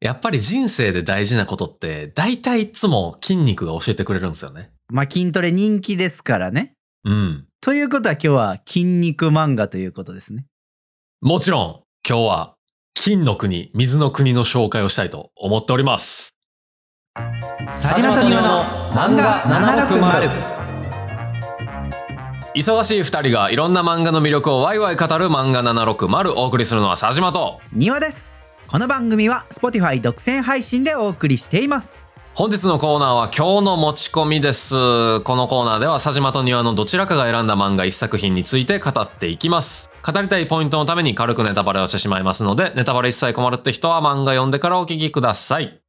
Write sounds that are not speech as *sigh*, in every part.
やっぱり人生で大事なことって、大体いつも筋肉が教えてくれるんですよね。まあ筋トレ人気ですからね。うん。ということは今日は筋肉漫画ということですね。もちろん、今日は、金の国、水の国の紹介をしたいと思っております。佐島と庭の漫画760忙しい二人がいろんな漫画の魅力をワイワイ語る漫画760をお送りするのは佐島と、庭です。この番組は Spotify 独占配信でお送りしています。本日のコーナーは今日の持ち込みです。このコーナーでは佐島と庭のどちらかが選んだ漫画一作品について語っていきます。語りたいポイントのために軽くネタバレをしてしまいますので、ネタバレ一切困るって人は漫画読んでからお聞きください。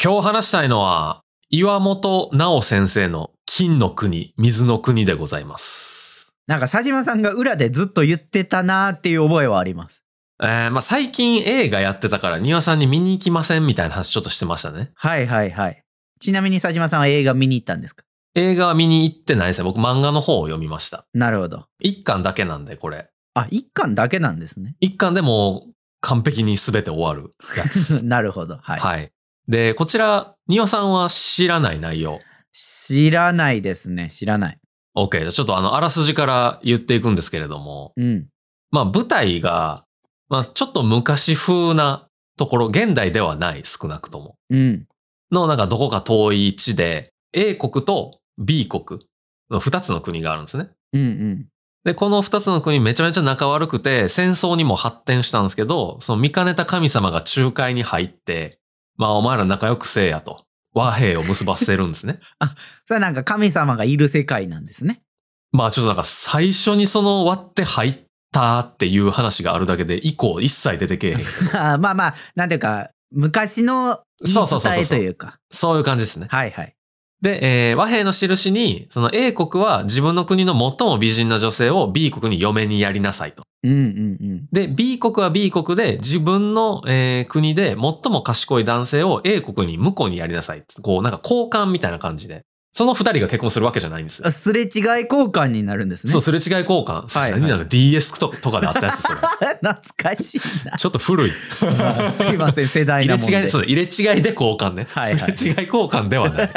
今日話したいのは、岩本直先生の金の国、水の国でございます。なんか佐島さんが裏でずっと言ってたなーっていう覚えはあります。えー、まあ最近映画やってたから庭さんに見に行きませんみたいな話ちょっとしてましたね。はいはいはい。ちなみに佐島さんは映画見に行ったんですか映画は見に行ってないですね。僕漫画の方を読みました。なるほど。一巻だけなんで、これ。あ、一巻だけなんですね。 *laughs* 一巻でもう完璧に全て終わるや *laughs* つ。なるほど。はい。はい。で、こちら、庭さんは知らない内容。知らないですね。知らない。 OK。じゃあちょっとあの、あらすじから言っていくんですけれども、うん。まあ舞台が、まあちょっと昔風なところ、現代ではない、少なくとも。うん。の、なんかどこか遠い地で、A 国と B 国の二つの国があるんですね。うんうん。で、この二つの国めちゃめちゃ仲悪くて、戦争にも発展したんですけど、その見かねた神様が仲介に入って、まあお前ら仲良くせえやと、和平を結ばせるんですね。 *laughs* それはなんか神様がいる世界なんですね。 *laughs* まあちょっとなんか最初にその割って入ったっていう話があるだけで、以降一切出てけえへん。あーまあまあ、なんていうか、昔の言そうそういそうそ伝うえというか。そういう感じですね。はいはい。で、えー和平の印に、その A 国は自分の国の最も美人な女性を B 国に嫁にやりなさいと。うんうんうん。で、B 国は B 国で自分の、えー国で最も賢い男性を A 国に向こうにやりなさい。こう、なんか交換みたいな感じで。その二人が結婚するわけじゃないんですよ。あすれ違い交換になるんですね。そう、すれ違い交換。はいはい何なんか DS ととかであったやつ、それ。 *laughs* 懐かしい *laughs* な。ちょっと古い。すいません、世代入なれもんで。違い、そう、入れ違いで交換ね。はいはいすれ違い交換では *laughs* ない。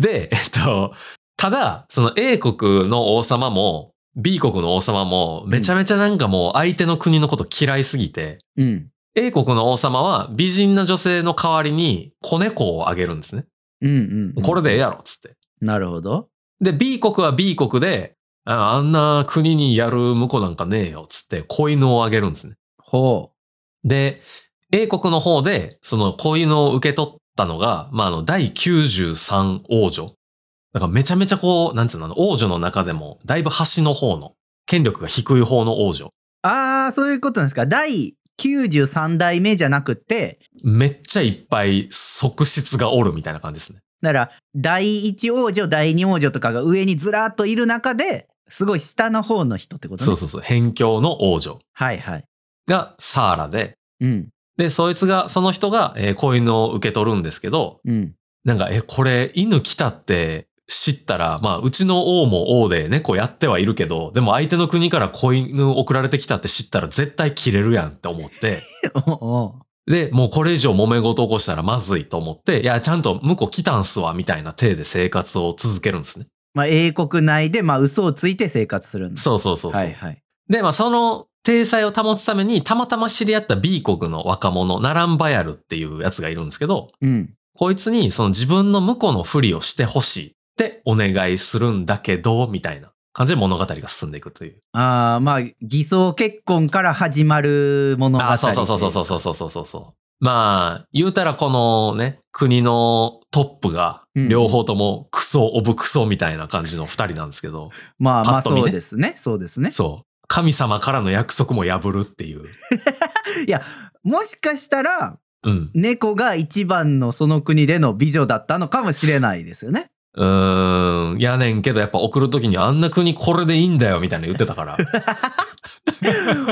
で、えっと、ただ、その A 国の王様も、B 国の王様も、めちゃめちゃなんかもう相手の国のこと嫌いすぎて、うん。英国の王様は美人な女性の代わりに子猫をあげるんですね。うんうん、うん。これでええやろっつって。なるほど。で、B 国は B 国で、ああんな国にやる婿なんかねえよっつって子犬をあげるんですね。ほで、英国の方でその子犬を受け取ったのが、まあ、あの、第93王女。だからめちゃめちゃこう、なんつうの、あの王女の中でもだいぶ端の方の、権力が低い方の王女。う。ああ、そういうことなんですか。第93代目じゃなくて、めっちゃいっぱい側室がおるみたいな感じですね。だから、第1王女、第2王女とかが上にずらーっといる中で、すごい下の方の人ってことね。そうそうそう、辺境の王女はいはい。がサーラで、うん。で、そいつが、その人が、えー、子犬を受け取るんですけど、うん。なんか、え、これ、犬来たって知ったら、まあ、うちの王も王で猫やってはいるけど、でも相手の国から子犬送られてきたって知ったら絶対切れるやんって思 *laughs* って、おおで、もうこれ以上揉め事起こしたらまずいと思って、いや、ちゃんと向こう来たんすわ、みたいな体で生活を続けるんですね。まあ、英国内で、まあ、嘘をついて生活するんだ。そうそうそうそう。はいはい。で、まあ、その、体裁を保つために、たまたま知り合った B 国の若者、ナランバヤルっていうやつがいるんですけど、うん。こいつに、その自分の婿のふりをしてほしいってお願いするんだけど、みたいな感じで物語が進んでいくという。ああ、まあ、偽装結婚から始まる物語。あ、そうそうそうそうそうそうそうそうそう。まあ、言うたらこのね、国のトップが、うん両方ともクソ、オブクソみたいな感じの二人なんですけど、まあまパあ、ッと見ねそうですね。そうですね。そう。神様からの約束も破るっていう。いや、もしかしたら、うん。猫が一番のその国での美女だったのかもしれないですよ *laughs* ね。うーん、やねんけど、やっぱ送るときにあんな国これでいいんだよみたいな言ってたから。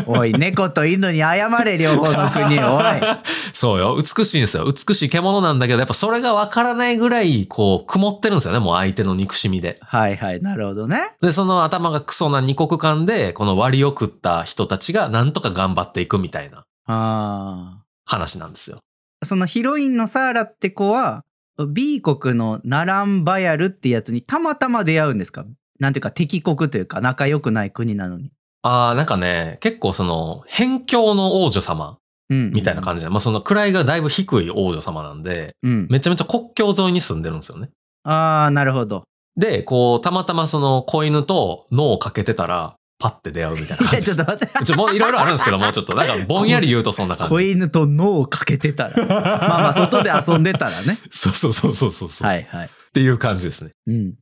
おい、猫と犬に謝れ、両方の国、おい。 *laughs* そうよ。美しいんですよ。美しい獣なんだけど、やっぱそれがわからないぐらい、こう、曇ってるんですよね。もう相手の憎しみで。はいはい、なるほどね。で、その頭がクソな二国間で、この割を食った人たちがなんとか頑張っていくみたいな。あ話なんですよ。あ。そのヒロインのサーラって子は、B 国のナランバヤルってやつにたまたま出会うんですかなんていうか敵国というか仲良くない国なのに。ああ、なんかね、結構その、辺境の王女様うん。みたいな感じで、まあその位がだいぶ低い王女様なんで、じ。うん。めちゃめちゃ国境沿いに住んでるんですよね。ああ、なるほど。で、こう、たまたまその子犬と脳をかけてたら、パッて出会うみた *laughs* いない感じでや、 *laughs* ちょすっ。と待って。ちょもういろいろあるんですけど、もうちょっと。なんかぼんやり言うとそんな感子じ。犬と脳をかけてた *laughs* ら。まあまあ、外で遊んでたらね。そうそうそうそうそうそう、はいはい。っていう感じですね。うん。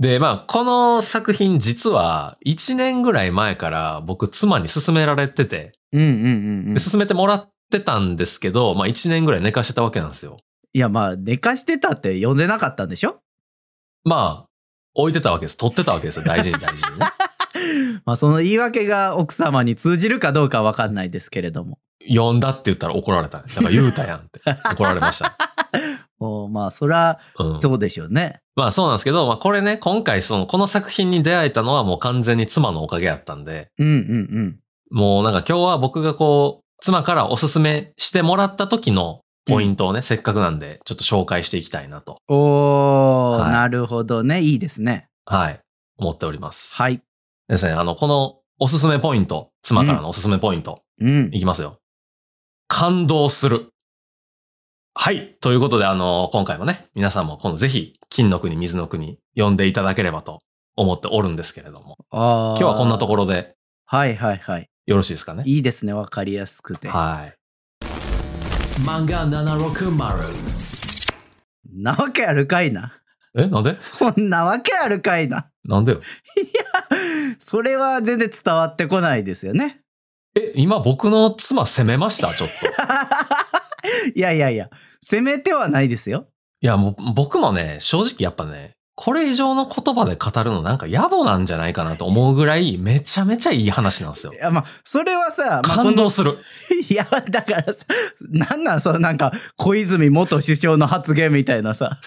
で、まあ、この作品実は1年ぐらい前から僕妻に勧められてて、うんうんうんうんで。勧めてもらってたんですけど、まあ1年ぐらい寝かしてたわけなんですよ。いや、まあ、寝かしてたって呼んでなかったんでしょまあ、置いてたわけです。取ってたわけですよ。大事に大事にね。 *laughs* まあ、その言い訳が奥様に通じるかどうかわかんないですけれども。呼んだって言ったら怒られた。だから言うたやんって怒られました。おまあ、そら、うん、 *laughs* そうでしょうね。まあそうなんですけど、まあこれね、今回その、この作品に出会えたのはもう完全に妻のおかげやったんで、うんうんうん。もうなんか今日は僕がこう、妻からおすすめしてもらった時のポイントをね、せっかくなんで、ちょっと紹介していきたいなと、おー、はいなるほどね。いいですね。はい、思っております。。はいい。ですね、あの、このおすすめポイント、妻からのおすすめポイント、うんい。きますよ。感動する。はい。ということで、あの、今回もね、皆さんもこのぜひ、金の国、水の国、呼んでいただければと思っておるんですけれども、今今日はこんなところ。ろではいはいはい。よろしいですかね。いいですね。わかりやすくて。はい。漫画760。なわけあるかいな。え、なんでこんなわけあるかいな。なんでよ。それは全然伝わってこないですよね。 *laughs* え、今僕の妻責めましたちょっと。いいやいやいや、責めてはないですよ。や、もう僕もね、正直やっぱね、これ以上の言葉で語るのなんか野暮なんじゃないかなと思うぐらい、めちゃめちゃいい話なんですよい。やまあ、それはさ、まあ、感動す *laughs* る。このいや、だからさ、なんなん、そのなんか、小泉元首相の発言みたいなさ、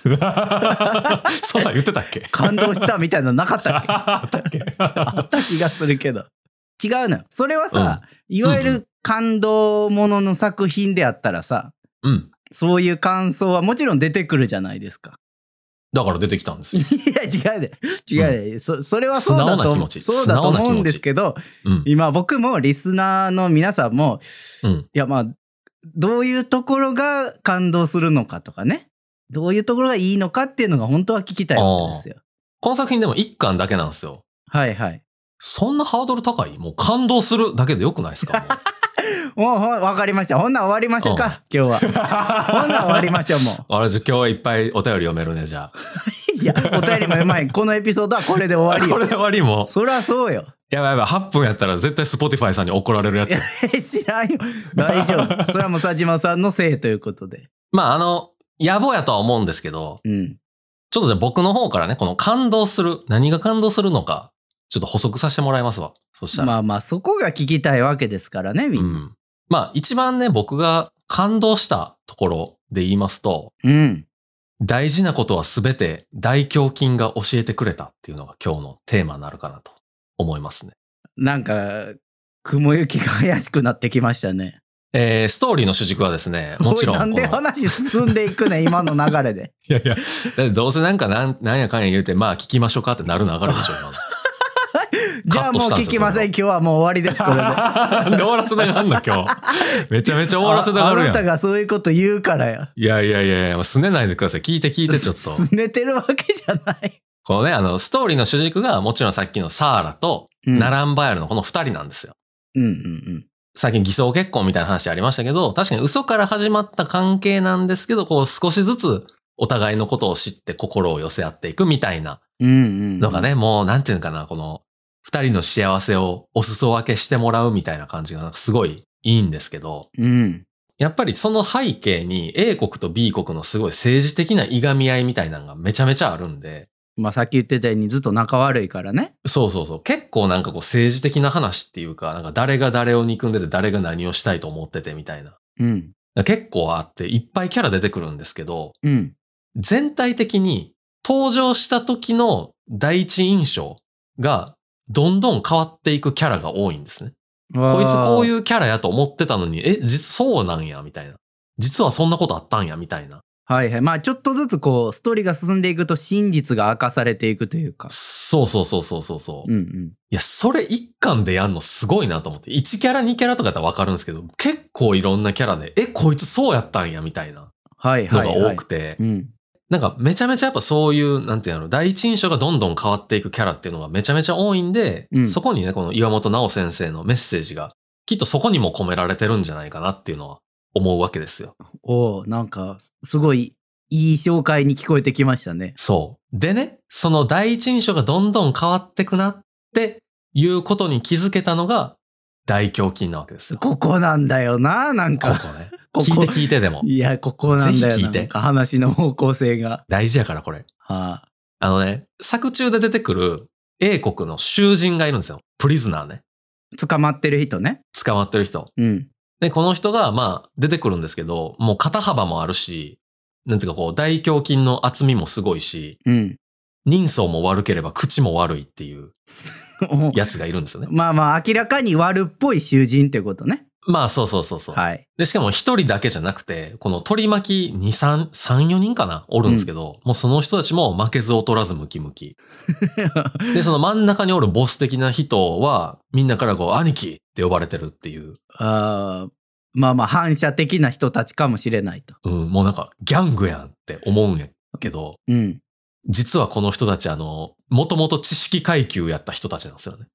そんなん言ってたっけ感動したみたいなのなかったっけあったっけあった気がするけど。違うのよ。それはさ、いわゆる感動ものの作品であったらさ、 *laughs* うん。そういう感想はもちろん出てくるじゃないですか。 *laughs* だから出てきたんですよ。いや違うで違うで、そそれはそう素直だなと気思持うちそうだ素直とな気持思ちうんですけどうん。今僕もリスナーの皆さんもうん。いやまあどういうところが感動するのかとかねどういうところがいいのかっていうのが本当は聞きたいわけですよ。この作品でも1巻だけなんですよ。はいはい。そんなハードル高いもう感動するだけでよくないです *laughs* かもうもうほんわかりました。ほんなら終わりましょうか、今日は。ほんなら終わりましょうも *laughs* あれ、じゃあ今日はいっぱいお便り読めるね、じゃう。いやお便りもうまいこのエピソードはこれで終あ。わりこよ。れで終わりもそりゃそうよ。う。やばいやばい、8分やったら絶対 Spotify さんに怒られるやつ。え知らんよ。大丈夫。それはもう佐島さんのせいということで。まあ、あの、野暮やとは思うんですけど、うん。ちょっとじゃあ僕の方からね、この感動する、何が感動するのか、ちょっと補足させてもらいますわ。そしたら。まあまあそこが聞きたいわけですからねみうんな。ん。まあ、一番ね、僕が感動したところで言いますと、うん。大事なことはすべて大胸筋が教えてくれたっていうのが今日のテーマになるかなと思いますね。なんか雲行きが怪しくなってきましたね。えー、ストーリーの主軸はですね、もちろんおいこなんの。で話進んでいくね今の流 *laughs* れで。いやいや、だってどうせなんかなんなんやかんや言うて、まあ聞きましょうかってなる流れでしょ、今の。じゃあもカッうトしたんで聞すよきません今日はもう終わ *laughs* りですこれで。なんで終わらせたがんの今日。めちゃめちゃ終わらせたがるああやなたん。がそういうこと言うからよ。いやいやいやいや、すねないでください。聞いて聞いてちょっと。すねてるわけじゃない。このね、あの、ストーリーの主軸がもちろんさっきのサーラとうんナランバヤルのこの二人なんですよ。うんうん最近偽装結婚みたいな話ありましたけど、確かに嘘から始まった関係なんですけど、こう少しずつお互いのことを知って心を寄せ合っていくみたいなうん。うんうん。のが。ね、もうなんていうのかな、この二人の幸せをお裾分けしてもらうみたいな感じがなんかすごいいいんですけど、うん。やっぱりその背景に A 国と B 国のすごい政治的ないがみ合いみたいなのがめちゃめちゃあるんで、まあさっき言ってたようにずっと仲悪いからね。そうそうそう。結構なんかこう政治的な話っていうか、なんか誰が誰を憎んでて誰が何をしたいと思っててみたいな。うん。結構あっていっぱいキャラ出てくるんですけど、うん。。全体的に登場した時の第一印象がどんどん変わっていくキャラが多いんですね。こいつこういううキャラやと思ってたのに、え、実そうなんや、みたいな。実はそんなことあったんや、みたいな。はいはい。まあちょっとずつこう、ストーリーが進んでいくと真実が明かされていくというか。そうそうそうそうそうそう。うんいうん。や、それ一巻でやんのすごいなと思って。1キャラ、2キャラとかだったらわかるんですけど、結構いろんなキャラで、え、こいつそうやったんや、みたいなはいのがはい、はい。多くて。うん。なんかめちゃめちゃやっぱそういう、なんていうの、第一印象がどんどん変わっていくキャラっていうのがめちゃめちゃ多いんで、うんそこにね、この岩本直先生のメッセージが、きっとそこにも込められてるんじゃないかなっていうのは思うわけですよ。おーなんか、すごいいい紹介に聞こえてきましたね。そう。でね、その第一印象がどんどん変わってくなっていうことに気づけたのが大胸筋なわけですよ。こここなんだよな、なんこか。ね。ここ聞いて聞いてでも。いや、ここなんだぜひ聞よいてなんか話の方向性が。大事やからこれ。はあ、あのね、作中で出てくる英国の囚人がいるんですよ。プリズナーね。捕まってる人ね。捕まってる人。うん。で、この人が、まあ、出てくるんですけど、もう肩幅もあるし、なんていうかこう、大胸筋の厚みもすごいし、うん。人相も悪ければ口も悪いっていう *laughs* おやつがいるんです *laughs* よね。まあまあ、明らかに悪っぽい囚人ってことね。まあ、そうそうそうそう。はい。で、しかも一人だけじゃなくて、この取り巻き2、3、3、4人かなおるんですけど、もうその人たちも負けず劣らずムキムキ。で、その真ん中におるボス的な人は、みんなからこう、兄貴って呼ばれてるっていう。あーまあまあ、反射的な人たちかもしれないと。うん、もうなんか、ギャングやんって思うんやけど、うん。実はこの人たち、あの、もともと知識階級やった人たちなんですよね。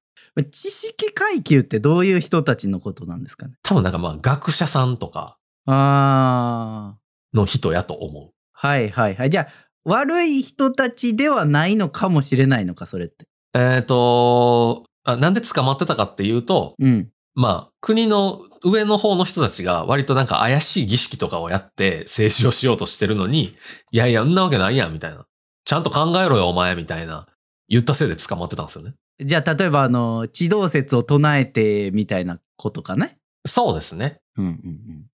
知識階級ってどういう人たちのことなんですかね。多分なんかまあ、学者さんとかああ。の人やと思う。はいはいはい。じゃあ、悪い人たちではないのかもしれないのか、それって。えっ、とあ、なんで捕まってたかっていうと、うん。まあ、国の上の方の人たちが割となんか怪しい儀式とかをやって政治をしようとしてるのに、いやいや、んなわけないやん、みたいな。ちゃんと考えろよ、お前、みたいな。言ったせいで捕まってたんですよね。じゃあ、例えば、あの、地動説を唱えてみたいなことかね。そうですね。うんうん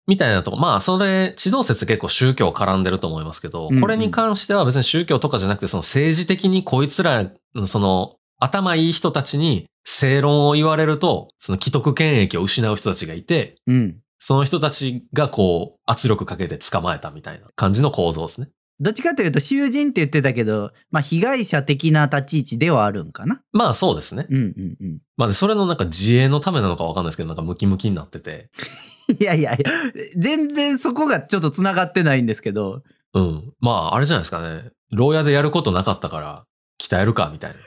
みたいなとこ。まあ、それ、地動説結構宗教絡んでると思いますけどうんう、んこれに関しては別に宗教とかじゃなくて、その政治的にこいつら、その、頭いい人たちに正論を言われると、その既得権益を失う人たちがいて、うん。うん。その人たちがこう、圧力かけて捕まえたみたいな感じの構造ですね。どっちかというと、囚人って言ってたけど、まあ、被害者的な立ち位置ではあるんかな。まあそうですね。うんうんうん。まあでそれのなんか自衛のためなのかわかんないですけど、なんかムキムキになってて。いやいやいや、全然そこがちょっとつながってないんですけど、うん。まああれじゃないですかね。牢屋でやることなかったから、鍛えるか、みたいな。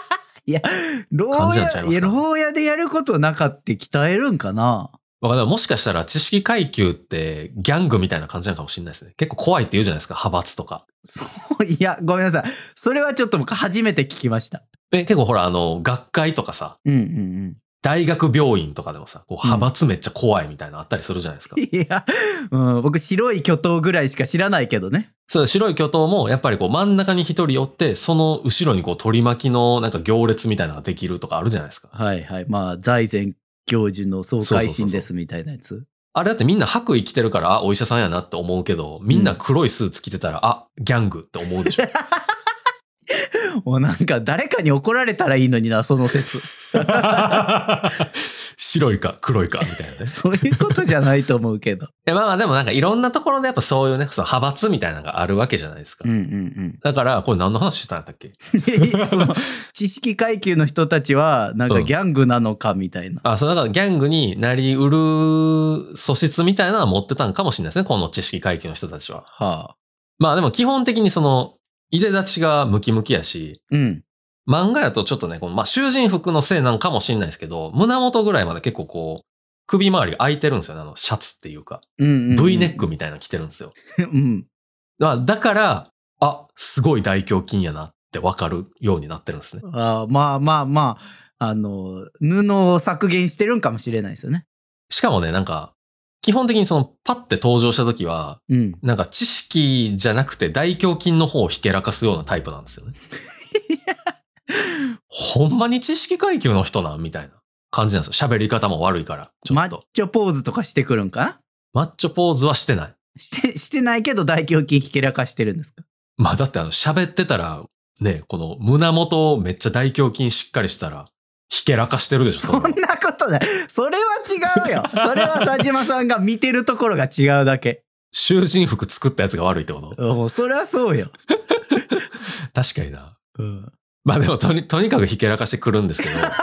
*laughs* 牢感じなんちゃい屋まいすやか牢屋でやることなかって鍛えるんかな *laughs* わかんないもしかしたら知識階級ってギャングみたいな感じなのかもしれないですね。結構怖いって言うじゃないですか、派閥とか。そういや、ごめんなさい。それはちょっと僕初めて聞きました。え、結構ほら、あの、学会とかさ、うんうん大学病院とかでもさ、こう派閥めっちゃ怖いみたいなのあったりするじゃないですか。 *laughs* いや、うん、僕白い巨頭ぐらいしか知らないけどね。そう白い巨頭もやっぱりこう真ん中に一人寄って、その後ろにこう取り巻きのなんか行列みたいなのができるとかあるじゃないですか。はいはい。まあ、財前教授の総会心ですみたいなやつ。あれだってみんな白衣着てるから、あお医者さんやなって思うけど、みんな黒いスーツ着てたら、あ、ギャングって思うでしょ。 *laughs* もうなんか誰かに怒られたらいいのにな、その説。 *laughs* 白いか黒いかみたいなね。そういうことじゃないと思うけど。えまあまあでもなんかいろんなところでやっぱそういうね、その派閥みたいなのがあるわけじゃないですか。うんうんうん。だから、これ何の話してたんだっけで *laughs* *laughs* その知識階級の人たちはなんうかんギャングなのかみたいな、あ、そうだからギャングになりうる素質みたいなのは持ってたんかもしれないですね、この知識階級の人たちは。はあまあでも基本的にその、いで立ちがムキムキやし、うん漫画やとちょっとね、このまあ囚人服のせいなんかもしれないですけど、胸元ぐらいまで結構こう、首周りが空いてるんですよね、あのシャツっていうか。うんうんうん V ネックみたいなの着てるんですよ。 *laughs* うんまあだから、あ、すごい大胸筋やなってわかるようになってるんですね。あまあまあまああの布を削減してるんかもしれないですよねしかもね、なんか、基本的にそのパッて登場した時は、うんなんか知識じゃなくて大胸筋の方をひけらかすようなタイプなんですよね。ほんまに知識階級の人なんみたいな感じなんですよ。喋り方も悪いから、ちょマっッと。チョポーズとかしてくるんかなマッチョポーズはしてない。してしてないけど大胸筋ひけらかしてるんですかまあだってあの喋ってたら、ね、この胸元めっちゃ大胸筋しっかりしたら、ひけらかしてるでしょそんれはなことない。それは違うよ。それは佐島さんが見てるところが違うだけ。囚人服作ったやつが悪いってことうんそりゃそうよ。確かにな *laughs* うん。まあでもとにとにかくひけらかしてくるんですけど佐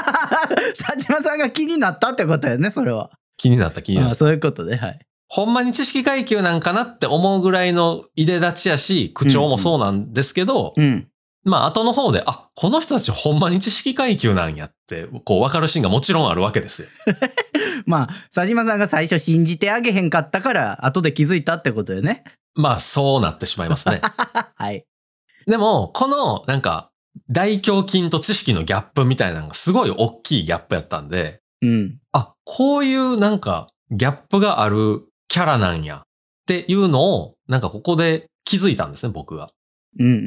島さんが気になったってことよね、それは。気になった気になったあそういうことで、はい。ほんまに知識階級なんかなって思うぐらいのいで立ちやし、口調もそうなんですけど、うん。まあ後の方で、あ、この人たちほんまに知識階級なんやって、こう分かるシーンがもちろんあるわけですよ。まあ、佐島さんが最初信じてあげへんかったから、後で気づいたってことよ *laughs* ね。まあそうなってしまい *laughs* ますね。はい。でも、このなんか、大胸筋と知識のギャップみたいなのがすごい大きいギャップやったんで、うん。あ、こういうなんか、ギャップがあるキャラなんやっていうのを、なんかここで気づいたんですね、僕が。うんうんう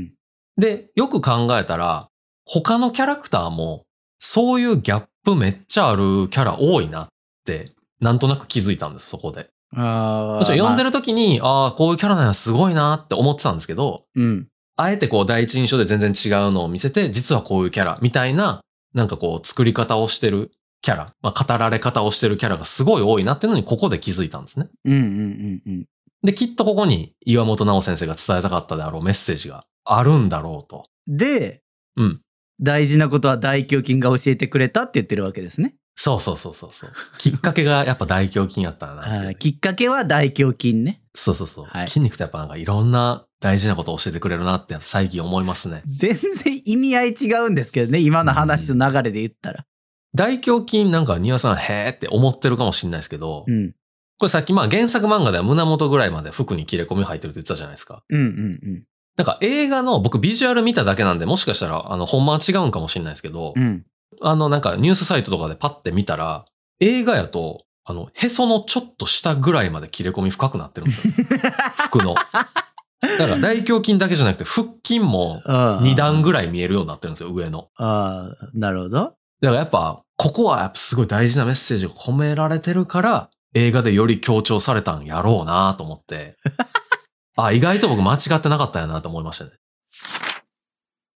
んで、よく考えたら、他のキャラクターも、そういうギャップめっちゃあるキャラ多いなって、なんとなく気づいたんです、そこで。うん。ああ。もちろん読んでる、る時に、ああー、こういうキャラなんやすごいなって思ってたんですけど、うん。あえてこう第一印象で全然違うのを見せて、実はこういうキャラみたいな、なんかこう作り方をしてるキャラ、まあ語られ方をしてるキャラがすごい多いなっていうのにここで気づいたんですね。うんうんうんうん。で、きっとここに岩本直先生が伝えたかったであろうメッセージがあるんだろうと。で、うん大事なことは大胸筋が教えてくれたって言ってるわけですね。そうそうそうそうそう。きっかけがやっぱ大胸筋やったなっていうね、はいきっかけは大胸筋ね。そうそうそう、はい筋肉ってやっぱなんかいろんな大事なことを教えてくれるなって最近思いますね。全然意味合い違うんですけどね、今の話の流れで言ったら。大胸筋なんか庭さんへーって思ってるかもしれないですけど、うん。これさっきまあ原作漫画では胸元ぐらいまで服に切れ込み入ってるって言ってたじゃないですか。うんうんなんか映画の僕ビジュアル見ただけなんでもしかしたらあのほんまは違うんかもしれないですけど、うん。うん。あのなんかニュースサイトとかでパッて見たら映画やとあのへそのちょっと下ぐらいまで切れ込み深くなってるんですよ。服の。だから大胸筋だけじゃなくて腹筋も2 2段ぐらい見えるようになってるんですよ、上の。ああ、なるほど。だからやっぱ、ここはやっぱすごい大事なメッセージが込められてるから、映画でより強調されたんやろうなと思って。あ、意外と僕間違ってなかったんやなと思いましたね。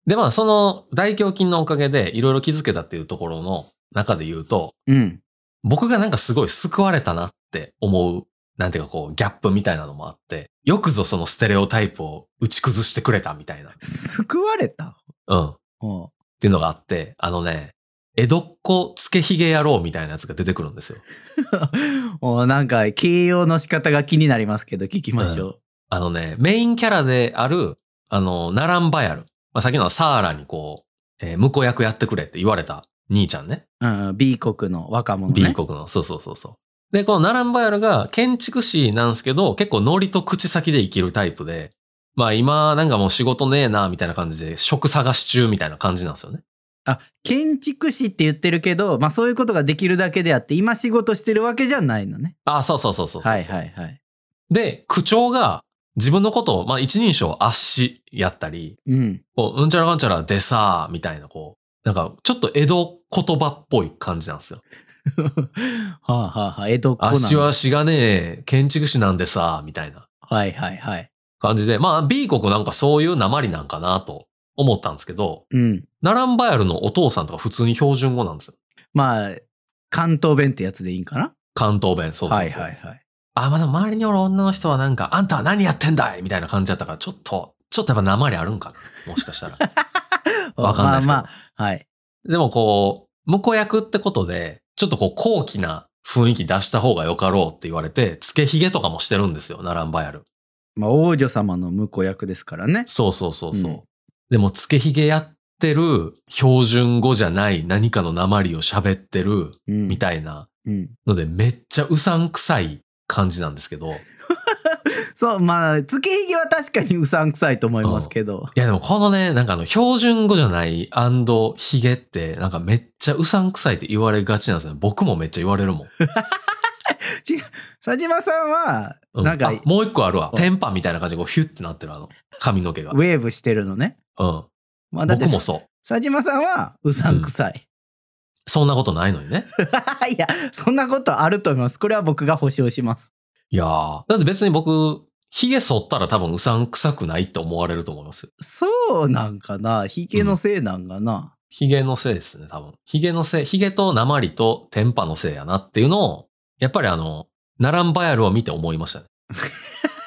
で、まあその大胸筋のおかげでいろいろ気づけたっていうところの中で言うと、うん。僕がなんかすごい救われたなって思う、なんていうかこう、ギャップみたいなのもあって、よくぞそのステレオタイプを打ち崩してくれたみたいな。救われた。うん。っおうていうのがあって、あのね、江戸っ子つけひげ野郎みたいなやつが出てくるんですよ。 *laughs* おうなんか形容の仕方が気になりますけど聞きましょあのね、メインキャラである、あの、ナランバヤル。まあ、さっきのサーラにこう、えー婿役やってくれって言われた兄ちゃんね。う。うん、B 国の若者 B ね。国の。そうそうそうそう。で、このナランバヤルが建築士なんですけど、結構ノリと口先で生きるタイプで、まあ今なんかもう仕事ねえな、みたいな感じで、職探し中みたいな感じなんですよね。あ、建築士って言ってるけど、まあそういうことができるだけであって、今仕事してるわけじゃないのね。あ、そうそうそうそうそうはいはいはい。で、区長が自分のことを、まあ一人称あっしやったり、うん。 *laughs* こう、うんちゃらかんちゃらでさー、みたいなこう、なんかちょっと江戸言葉っぽい感じなんですよ。はあはあはあ、江戸っ子なあっのしはしがねえ、建築士なんでさー、みたいな。はいはいはい。感じで、まあ B 国なんかそういう鉛なんかなと思ったんですけど、うん。ナランバヤルのお父さんとか普通に標準語なんですよ。まあ、関東弁ってやつでいいんかな関東弁、そうそうそう。はいはいはい。あ、まあでも周りにおる女の人はなんか、あんたは何やってんだいみたいな感じだったから、ちょっと、ちょっとやっぱ鉛あるんかなもしかしたら。わかんないですけど。まあまあ、はい。でもこう、婿役ってことで、ちょっとこう高貴な雰囲気出した方がよかろうって言われて、つけひげとかもしてるんですよ、ナランバヤル。まあ、王女様の婿役ですからね。そうそうそうそう。うんでも、つけひげやってる、標準語じゃない何かの鉛を喋ってる、うん。みたいなうん。ので、めっちゃうさんくさい感じなんですけど。いそう、まあ、つけひげは確かにうさんくさいと思いますけど。や、でもこのね、なんかあの、標準語じゃないひげって、なんかめっちゃうさんくさいって言われがちなんですよね。僕もめっちゃ言われるもん。佐島さんは、うんなんか、あウもう一個あるわ。うんテンパみたいな感じでこうヒュッてなってるあの、髪の毛が。ェーブしてるのね。うん。まあ、だって僕、もそう。佐島さんはうさんくさい。そんなことないのにね。 *laughs* いや、そんなことあると思います。これは僕が保証します。いやー。だって別に僕、髭剃ったら多分うさんくさくないって思われると思いますよ。そうなんかなひげのせいなんかな、ヒゲのせいですね、多分。ヒゲのせい、ヒゲと鉛と天パのせいやなっていうのを、やっぱりあの、ナランバヤルを見て思いましたね。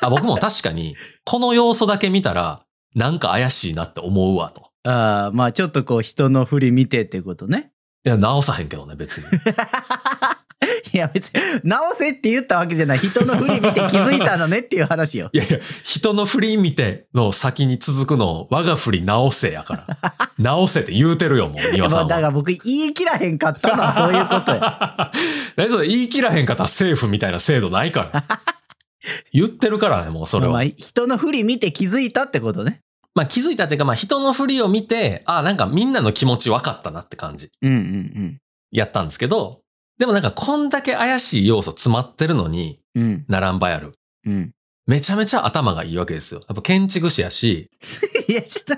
あ僕も確かに、この要素だけ見たら、なんか怪しいなって思うわと。ああ、まあちょっとこう人の振り見てってことね。いや、直さへんけどね、別に。いや別に、直せって言ったわけじゃない。人の振り見て気づいたのねっていう話よ。 *laughs* いやいや、人の振り見ての先に続くの、我が振り直せや *laughs* から。直せって言うてるよ、もう、庭まさあんだかは。ら僕言い切らへんかっ *laughs* たのはそういうことよ。大丈夫言い切らへんかったら政府みたいな制度ない *laughs* から。言ってるからね、もうそれは。まあ人の振り見て気づいたってことね。まあ気づいたというか、まあ人の振りを見て、ああ、なんかみんなの気持ち分かったなって感じ、うんうんやったんですけど、でもなんかこんだけ怪しい要素詰まってるのに、うん。うんナランバヤル。うん。めちゃめちゃ頭がいいわけですよ。やっぱ建築士やし、いや、ちょっと。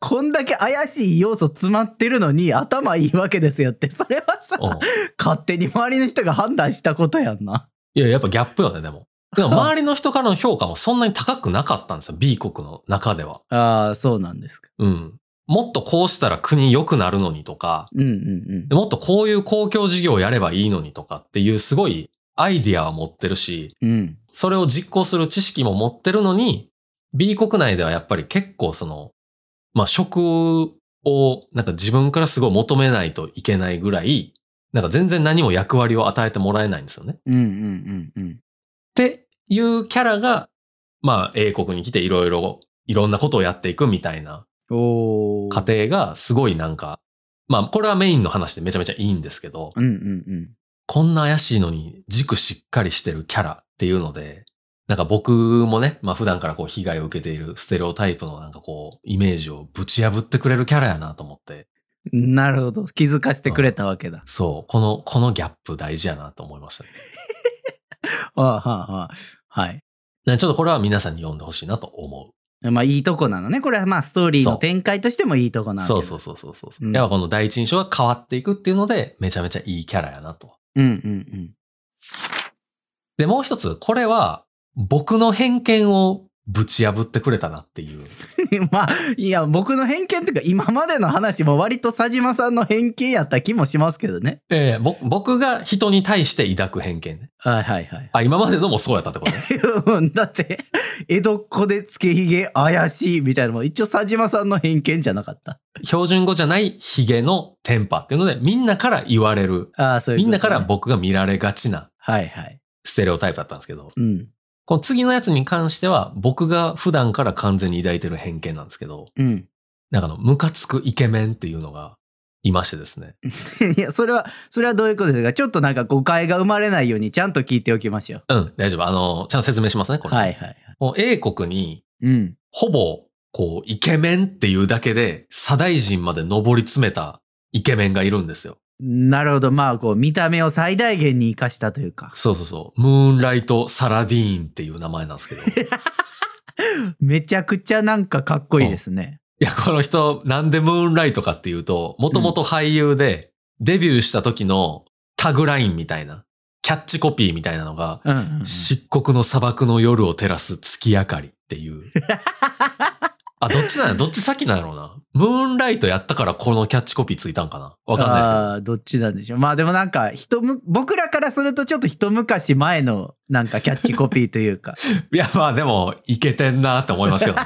こんだけ怪しい要素詰まってるのに頭いいわけですよって、それはさ、うん勝手に周りの人が判断したことやんな。いや、やっぱギャップよね、でも。でも周りの人からの評価もそんなに高くなかったんですよ、B 国の中では。ああ、そうなんですか。うん。もっとこうしたら国良くなるのにとか、うんうんでもっとこういう公共事業をやればいいのにとかっていうすごいアイディアは持ってるし、うん。うん。それを実行する知識も持ってるのに、B 国内ではやっぱり結構その、まあ、職をなんか自分からすごい求めないといけないぐらい、なんか全然何も役割を与えてもらえないんですよね。っうんうんうんうん。ていうキャラが、まあ、英国に来ていろいろ、いろんなことをやっていくみたいなおお。過程がすごいなんか、まあ、これはメインの話でめちゃめちゃいいんですけど、うんうんうん。こんな怪しいのに軸しっかりしてるキャラっていうので、なんか僕もね、まあ普段からこう被害を受けているステレオタイプのなんかこうイメージをぶち破ってくれるキャラやなと思って、なるほど。気づかせてくれたわけだ。そう、この、このギャップ大事やなと思いましたね。ああ、はあ、はい。ねちょっとこれは皆さんに読んでほしいなと思まあ、いいとこなのね。これはまあ、ストーリーそのう展開としてもいいとこう。なわけそだうそうそうそうそう。うんやっぱこの第一印象が変わっていくっていうので、めちゃめちゃいいキャラやなと。うんうんで、もう一つ、これは僕の偏見をぶち破ってくれたなっていう。うん。 *laughs* まあ、いや、僕の偏見というか、今までの話も割と佐島さんの偏見やった気もしますけどね。ええぼ僕が人に対して抱く偏見ね。はいはいはい。あ、今までのもそうやったってこと *laughs* ね。うんだって、江戸っ子でつけひげ怪しいみたいなのも、一応佐島さんの偏見じゃなかった。標準語じゃないヒゲのテンパっていうので、みんなから言われる。ああ、そういうみこんとねなから僕が見られがちなはいはい。ステレオタイプだったんですけど、うん。この次のやつに関しては、僕が普段から完全に抱いてる偏見なんですけど、うん。 *laughs* なんかあの、ムカつくイケメンっていうのがいましてですね。いや、それは、それはどういうことですかちょっとなんか誤解が生まれないようにちゃんと聞いておきましょう。うん、大丈夫。あの、ちゃんと説明しますね、これ。はいはいはい。もう英国に、うん。ほぼ、こう、イケメンっていうだけで、左大臣まで上り詰めたイケメンがいるんですよ。なるほど。まあ、こう、見た目を最大限に生かしたというか。そうそうそう。ムーンライト・サラディーンっていう名前なん *laughs* ですけど。めちゃくちゃなんかかっこいいですね。いや、この人、なんでムーンライトかっていうと、もともと俳優で、デビューした時のタグラインみたいな、キャッチコピーみたいなのが、うんうんうん漆黒の砂漠の夜を照らす月明かりって *laughs* いう。あ、どっちなのどっち先なのなムーンライトやったからこのキャッチコピーついたんかなわかんないですけど。あーどっちなんでしょう。まあでもなんか一む、僕らからするとちょっと一昔前のなんかキャッチコピーというか。いや、まあでも、いけてんなって思います *laughs* けどね、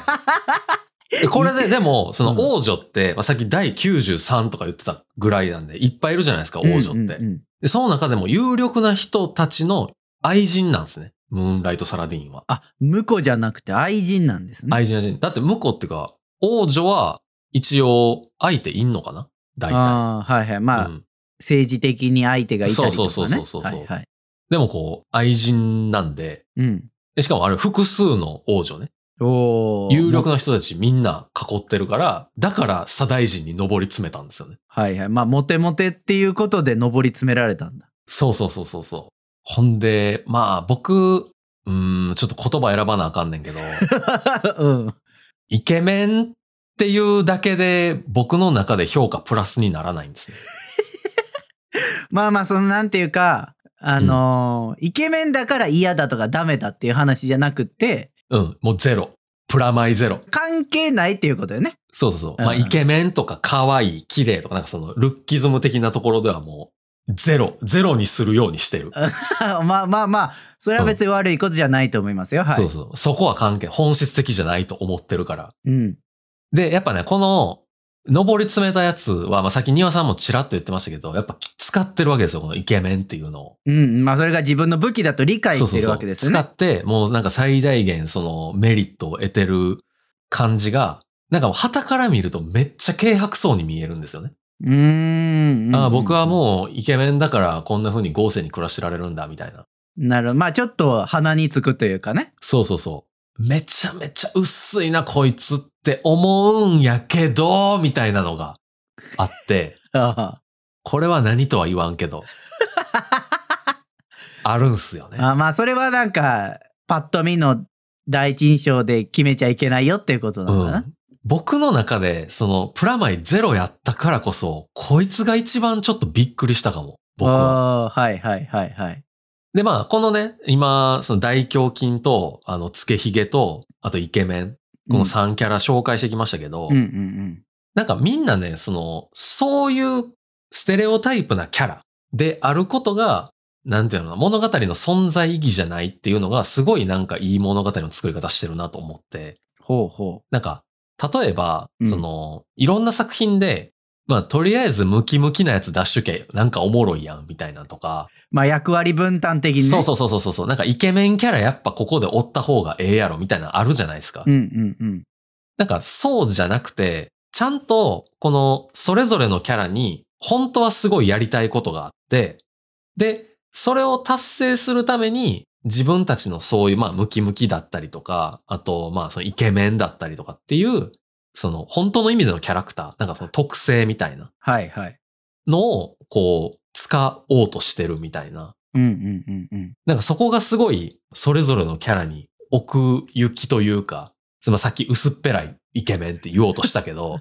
これで、でも、その王女って、まあ、さっき第93とか言ってたぐらいなんで、いっぱいいるじゃないです *laughs* か、王女って。うんうんうんで、その中でも有力な人たちの愛人なんですね。ムーンライト・サラディーンは。あ、婿じゃなくて愛人なんですね。愛人愛人。だって向こうっていうか、王女は一応相手いんのかな大体。ああ、はいはい。まあ、うん政治的に相手がいたりとか、ね。そうそうそうそうそうそうはいはい。でもこう、愛人なんで、うん。でしかもあれ複数の王女ね。おー有力な人たちみんな囲ってるから、だから左大臣に上り詰めたんですよね。はいはい。まあ、モテモテっていうことで上り詰められたん *laughs* だ。そうそうそうそうそう。ほんで、まあ僕、うーん、ちょっと言葉選ばなあかんねんけ *laughs* ど、うん。イケメンっていうだけで僕の中で評価プラスにならないんですね。まあまあ、その、なんていうか、あのーイケメンだから嫌だとかダメだっていう話じゃなくて、うん、もうゼロ。プラマイゼロ。関係ないっていうことよね。そうそうそう。うんまあ、イケメンとか、可愛い、綺麗とか、なんかその、ルッキズム的なところではもう、ゼロ、ゼロにするようにしてる。 *laughs* まあまあまあ、それは別に悪いことじゃないと思いますよ。はい。そうそう。そこは関係、本質的じゃないと思ってるから。うん。で、やっぱね、この、上り詰めたやつは、まあ、さっき庭さんもちらっと言ってましたけど、やっぱ使ってるわけですよ、このイケメンっていうのを。うん。まあそれが自分の武器だと理解そうしてそういるそわうけですよ使ね。って、もうなんか最大限そのメリットを得てる感じが、なんかもう旗から見るとめっちゃ軽薄そうに見えるんですよね。うーんうん。ああ僕はうもうイケメンだからこんな風に豪勢に暮らしてられるんだみたいな。ん。なるほど。まあちょっと鼻につくというか *laughs* ね。そうそうそう。めちゃめちゃ薄いなこいつって思うんやけど、みたいなのがあ *laughs* って、あこれは何とは言わんけ *laughs* ど。あるんすよね。あまあそれはなんか、パッと見の第一印象で決めちゃいけないよっていうことなのかな。うん僕の中で、その、プラマイゼロやったからこそ、こいつが一番ちょっとびっくりしたかも。僕は。ああはいはいはいはい。で、まあ、このね、今、その大胸筋と、あの、つけひげと、あとイケメン、この3キャラ紹介してきましたけど、うんうんうんなんかみんなね、その、そういうステレオタイプなキャラであることが、なんていうのかな、物語の存在意義じゃないっていうのが、すごいなんかいい物語の作り方してるなと思って、ほうほなんか、例えばう、んその、いろんな作品で、まあ、とりあえずムキムキなやつ出しとけ、なんかおもろいやん、みたいなとか、う。まあ役割分担的にね。そうそうそうそうそう、なんかイケメンキャラやっぱここで追った方がええやろ、みたいなのあるじゃないですか。うんうんうん。なんか、そうじゃなくて、ちゃんと、この、それぞれのキャラに、本当はすごいやりたいことがあって、で、それを達成するために、自分たちのそういう、まあ、ムキムキだったりとか、あと、まあ、そのイケメンだったりとかっていう、その、本当の意味でのキャラクター、なんかその特性みたいなはいはい。のを、こう、使おうとしてるみたいな。うんうんうんうん。なんかそこがすごい、それぞれのキャラに奥行きというか、つまりさっき薄っぺらいイケメンって言おうとしたけど、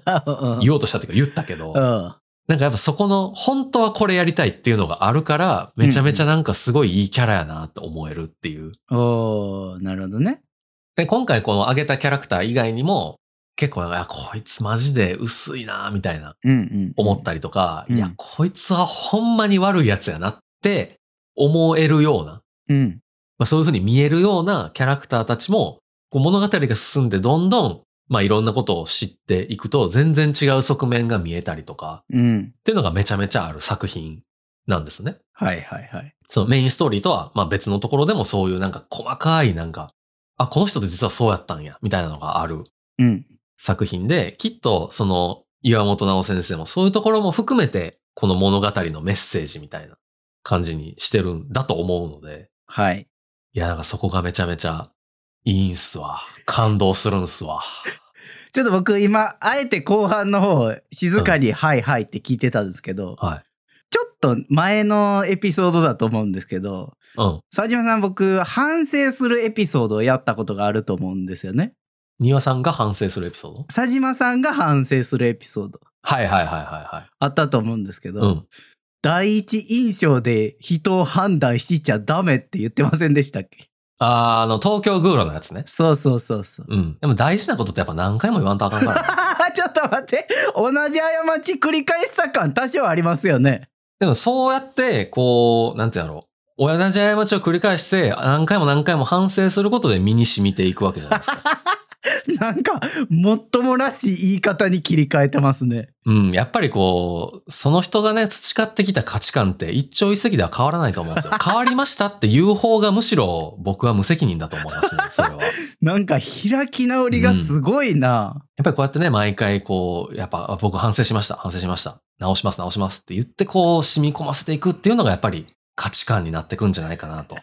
言おうとしたっていうか言ったけど、うん。なんかやっぱそこの本当はこれやりたいっていうのがあるから、めちゃめちゃなんかすごいいいキャラやなって思えるっていう。おー、なるほどね。で、今回この挙げたキャラクター以外にも、結構なんか、いやこいつマジで薄いなみたいなうんうん。思ったりとか、うんいや、こいつはほんまに悪いやつやなって思えるような、うん。まあ、そういう風に見えるようなキャラクターたちも、こう物語が進んでどんどん、まあいろんなことを知っていくと、全然違う側面が見えたりとか、うん。っていうのがめちゃめちゃある作品なんですね。はいはいはい。そのメインストーリーとは、まあ別のところでもそういうなんか細かいなんか、あ、この人って実はそうやったんや、みたいなのがあるうん。作品で、きっとその岩本直先生もそういうところも含めて、この物語のメッセージみたいな感じにしてるんだと思うので、はい。いや、なんかそこがめちゃめちゃいいんすわ。感動するんすわ。ちょっと僕今、あえて後半の方、静かにはいはいって聞いてたんですけど、はい。ちょっと前のエピソードだと思うんですけど、うん。沢島さん僕、反省するエピソードをやったことがあると思うんですよね。庭さんが反省するエピソード佐島さんが反省するエピソードはいはいはいはあったと思うんですけど、いはい。うん。第一印象で人を判断しちゃダメって言ってませんでしたっけあーあの、東京グーロのやつね。そうそうそうそう。うん。でも大事なことってやっぱ何回も言わんとあかん *laughs* からね。ちょっと待って同じ過ち繰り返した感多少ありますよね。でもそうやって、こう、なんていうんだろう。同じ過ちを繰り返して、何回も何回も反省することで身に染みていくわけじゃないですか。なんかもっともらしい言い方に切り替えてますね。うん。やっぱりこう、その人がね、培ってきた価値観って一朝一夕では変わらないと思うんですよ。変わりましたって言う方がむしろ僕は無責任だと思いますね。それは。なんか開き直りがすごいな。やっぱりこうやってね、毎回こう、やっぱ僕反省しました、反省しました、直します、直しますって言ってこう染み込ませていくっていうのがやっぱり価値観になってくんじゃないかなと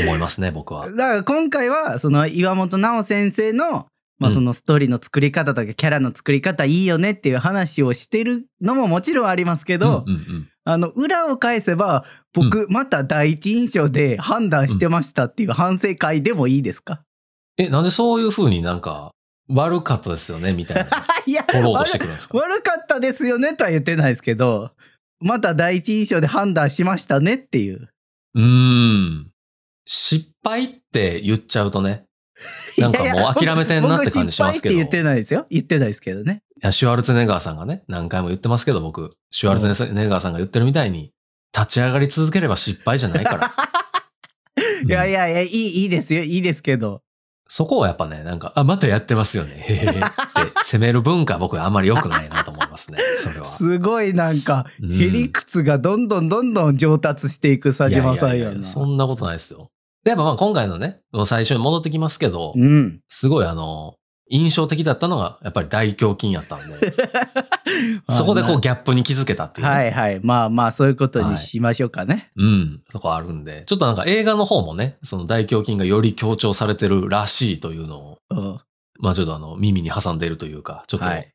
思いますね、僕は。だから今回はその岩本直先生のまあうんそのストーリーの作り方とかキャラの作り方いいよねっていう話をしてるのももちろんあります *laughs* けど、うんうんうんあの、裏を返せば、僕、また第一印象で判断してましたっていう反省会でもいいですか、 *laughs* え、なんでそういう風になんか悪かったですよね、みたいな。いや、取ろうと悪してくるんですか *laughs* 悪かったですよねとは言ってないですけど、また第一印象で判断しましたねっていう。うーん。失敗って言っちゃうとね、なんかもう諦めてんなって感じしますけど。僕失敗って言ってないですよ。言ってないですけどね。いや、シュワルツェネッガーさんがね、何回も言ってますけど、僕、シュワルツェネッガーさんが言ってるみたいに、立ち上がり続ければ失敗じゃないから。 *laughs* いやうんいやいや、いい、いいですよ。いいですけど。そこをやっぱね、なんか、あ、またやってますよね。へへへって責める文化、僕あんまり良くないなと思いますね。それは。すごいなんか、うんへりくつがどんどんどんどん上達していく佐島さんいやいいな。そんなことないですよ。で、やっぱまあ今回のね、もう最初に戻ってきますけど、うん。すごいあの、印象的だったのが、やっぱり大胸筋やったん *laughs* で、 *laughs* そこでこうギャップに気づけたっていうね、はいはい。まあまあ、そういうことにしましょうかね。うん、とこあるんで、ちょっとなんか映画の方もね、その大胸筋がより強調されてるらしいというのを、うんまあちょっとあの、耳に挟んでいるというか、ちょっとは伝いえ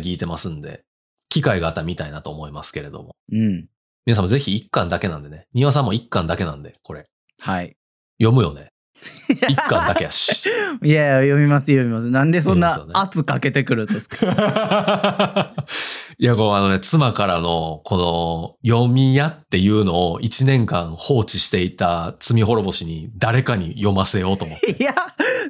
聞いてますんで、機会があったら見たいなと思いますけれども。うん。皆さんもぜひ一巻だけなんでね、庭さんも一巻だけなんで、これ、はい。読むよ *laughs* ね。一巻だけやし。いやいや、読みます読みます。なんでそ読んなみますよね圧かけてくるんですか。 *laughs* いや、こうあのね、妻からの、この、読み屋っていうのを一年間放置していた罪滅ぼしに誰かに読ませようと思って。いや、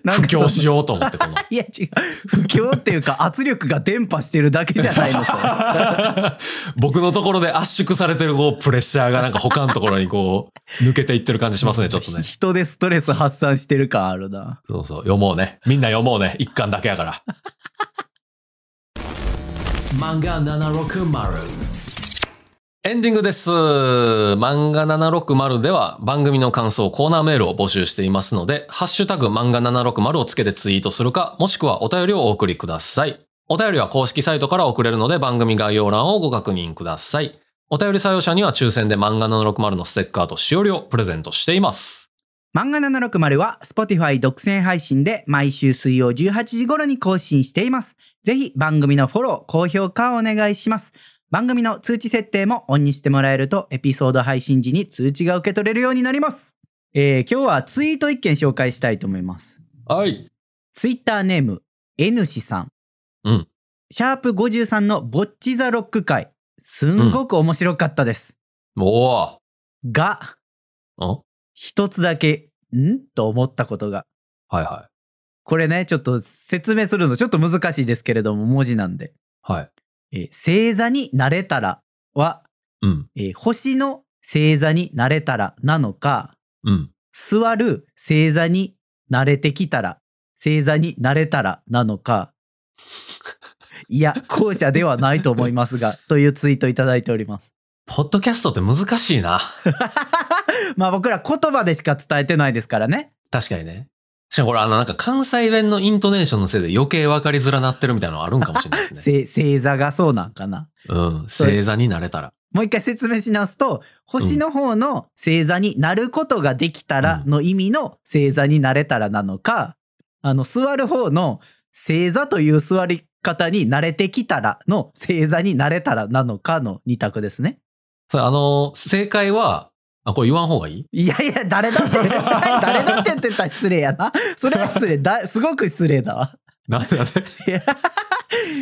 な布んかその教しようと思って、この。 *laughs* いや違う。不況っていうか圧力が伝播してるだけじゃないのそれ僕のところで圧縮されてるこうプレッシャーがなんか他のところにこう抜けていってる感じしますね、ちょっとね。人でストレス発散してる感あるな。そうそう、読もうね。みんな読もうね。一巻だけやから。漫画760エンディングです。漫画760では番組の感想、コーナーメールを募集していますので、ハッシュタグ漫画760をつけてツイートするか、もしくはお便りをお送りください。お便りは公式サイトから送れるので番組概要欄をご確認ください。お便り採用者には抽選で漫画760のステッカーとしおりをプレゼントしています。漫画760は Spotify 独占配信で毎週水曜18時頃に更新しています。ぜひ番組のフォロー、高評価をお願いします。番組の通知設定もオンにしてもらえるとエピソード配信時に通知が受け取れるようになります。えー今日はツイート一件紹介したいと思います。はい。ツイッターネーム N 氏さん。うんシャープ53のボッチザロック会。すんごく面白かったです。おが、お。ん一つだけ、んと思ったことが。はいはこれね、ちょっと説明するのちょっと難しいですけれども、文字なんで。い。はい。えー星座になれたらは、うん。えー星の星座になれたらなのか、うん。座る星座に慣れてきたら、星座になれたらなのか、いや、後者ではないと思いますが、というツイートいただいております。 *laughs* ポッドキャストって難しいな。まあ僕ら言葉でしか伝えてないですからね。確かにね。しかもこれ、あの、なんか関西弁のイントネーションのせいで余計分かりづらなってるみたいなのあるんかもしれないですね。 *laughs* せ星座がそうなんかな。うん。星座になれたら。もう一回説明し直すと、星の方の星座になることができたらうんの意味の星座になれたらなのか、あの、座る方の星座という座り方に慣れてきたらの星座になれたらなのかの二択ですね。それあの、正解は、あ、これ言わん方がいいいやいや、誰 *laughs* だって、誰だって言ってたら失礼やな。それは失礼だ、すごく失礼だわ。なんでなんでいや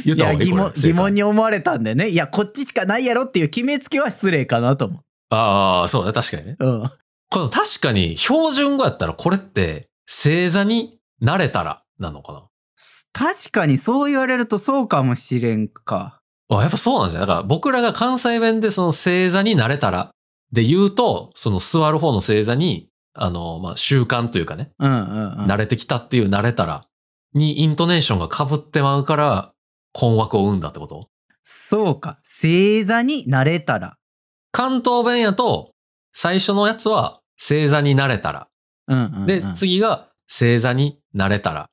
言っいたや方がいい疑問こ、れ正解疑問に思われたんでね。いや、こっちしかないやろっていう決めつけは失礼かなと思ああ、そうだ、確かにね。う。うん。この確かに標準語やったらこれって、星座になれたらなのか確かにそう言われるとそうかもしれんか。な。あ、やっぱそうなんじゃないだから僕らが関西弁でその星座になれたらで言うと、その座る方の星座に、あの、まあ、習慣というかね、うんうんうん。慣れてきたっていう慣れたらにイントネーションが被ってまうから困惑を生んだってことそうか。星座になれたら。関東弁やと最初のやつは星座になれたら。うんうんうん、で、次が星座になれたら。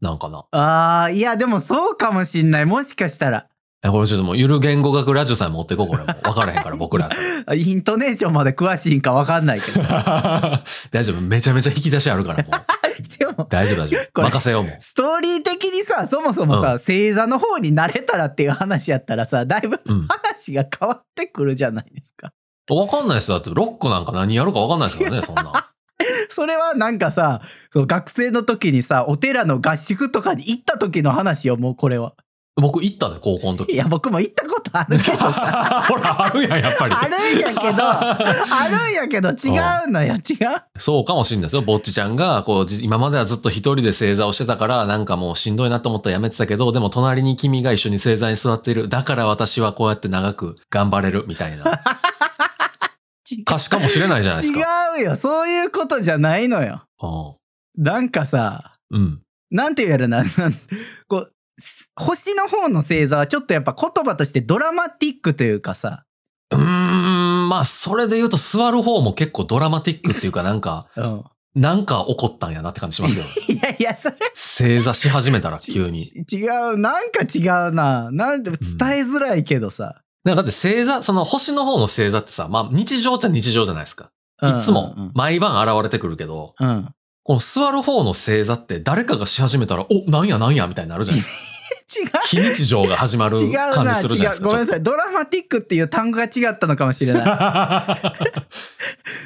なんかな。ああ、いや、でもそうかもしんない。もしかしたら。えこれちょっともうゆる言語学ラジオさん持ってこう、これもう。分からへんから、僕 *laughs* ら。あイントネーションまで詳しいんかわかんない *laughs* けど。大丈夫。めちゃめちゃ引き出しあるから、もう。でも、大丈夫、大丈こ夫。れ任せよう、もう。ストーリー的にさ、そもそもさ、うん星座の方になれたらっていう話やったらさ、だいぶうん。話が変わってくるじゃないですか。わかんないですよだって、6個なんか何やるかわかんないですからね、そんな。それはなんかさ、その学生の時にさ、お寺の合宿とかに行った時の話よ、もうこれは。僕行ったで、高校の時 *laughs* い。や、僕も行ったことあるけどさ。ほら、あるやん、やっぱり。あるんや *laughs* けど、あるんやけど違うのよ、違う。そうかもしれないですよ。ぼっちちゃんが、こう、じ今まではずっと一人で正座をしてたから、なんかもうしんどいなと思ったらやめてたけど、でも隣に君が一緒に正座に座ってる。だから私はこうやって長く頑張れる、みたいな違歌詞かもしれないじゃないですか。う違うよ、そういうことじゃないのよ。なんかさ、うん。うん。なんて言うやろな、 *laughs* なんこう、す星の方の星座はちょっとやっぱ言葉としてドラマティックというかさ、うーん、まあ、それで言うと座る方も結構ドラマティックっていうか、なんか、うん。なんか起こったんやなって感じし *laughs* ますよ。いやいや、それ正座し始めたら、ち急に。ち違う、なんか違うな。なんで伝えづらいけどさ。だからだって星座、その星の方の星座ってさ、まあ、日常っちゃ日常じゃないですか。うんいつもうん、毎晩現れてくるけど、うん。この座る方の星座って誰かがし始めたら、お、なんやなんやみたいになるじゃない *laughs* ですか。違う。非日常が始まる *laughs* 違う感じな、するじゃないで違う。すか。ごめんなさい。い。ドラマティックっていう単語が違ったのかもしれない。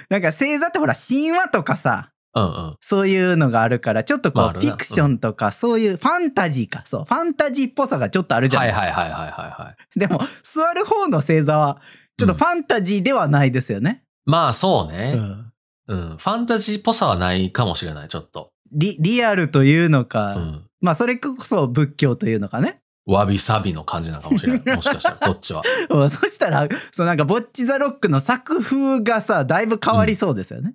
なんか星座ってほら、神話とかさ、 *laughs* うんうん。そういうのがあるから、ちょっとこう、まああるフなィクションとか、そういうファンタジーか、そう、ファンタジーっぽさがちょっとあるじゃな、はいいはいはいはいはいはい。でも、座る方の星座は、ちょっとファンタジーではないですよね。まあそううね。んうん。ファンタジーっぽさはないかもしれない、ちょっと。リリアルというのうか、ん。まあそれこそ仏教というのかね。 *laughs* わびさびの感じなのかもしれない。もしかしたら、こっちは。うんそしたら、そうなんか、ボッチ・ザ・ロックの作風がさ、だいぶ変わりそうですよね。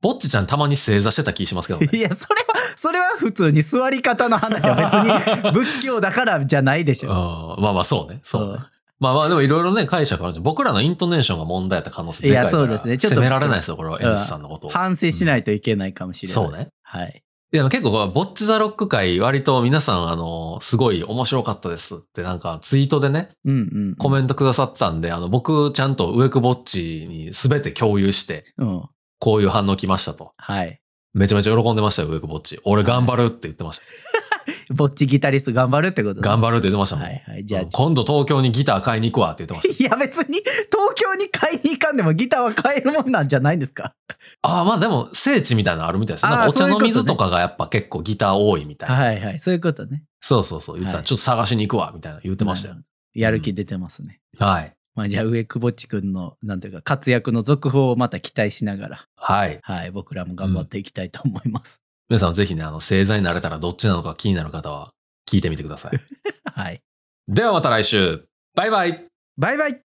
ぼっちちゃんたまに正座してた気しますけどね。 *laughs* いや、それは、それは普通に座り方の話は *laughs* 別に仏教だからじゃないでしうんょ。まあまあそうね。そうね。まあまあでもいろいろね解釈あるじゃん。僕らのイントネーションが問題やった可能性でかいから。いやそうですねちょっと責められないですよ、これは。ん M さんのことを。反省しないといけないかもしれない。そうね。はい。でも結構この、ボッチザロック界、割と皆さん、あの、すごい面白かったですって、なんかツイートでね、うんうん。コメントくださってたんで、あの、僕、ちゃんとウェクボッチに全て共有して、うん。こういう反応来ましたと。はい。めちゃめちゃ喜んでましたよ、ウェクボッチ。俺頑張るって言ってました。ぼっちギタリスト頑張るってこと頑張張るって言ってましたもん。はいはい。じゃあ、うん今度東京にギター買いに行くわって言ってました。 *laughs* いや別に東京に買いに行かんでもギターは買えるもんなんじゃないんですかああ、まあでも聖地みたいなのあるみたいです。あーなんかお茶そういうのことね水とかがやっぱ結構ギター多いみたいな。はいはい。そういうことね。そうそうそう。言ってた、はいちょっと探しに行くわ、みたいな言ってましたよ。やる気出てますね。はい。まあじゃあ上久保地君の、なんていうか活躍の続報をまた期待しながら、はい。はい。僕らも頑張っていきたいと思います。皆さんぜひね、あの、星座になれたらどっちなのか気になる方は聞いてみてください。 *laughs* はい。ではまた来週バイバイバイバイ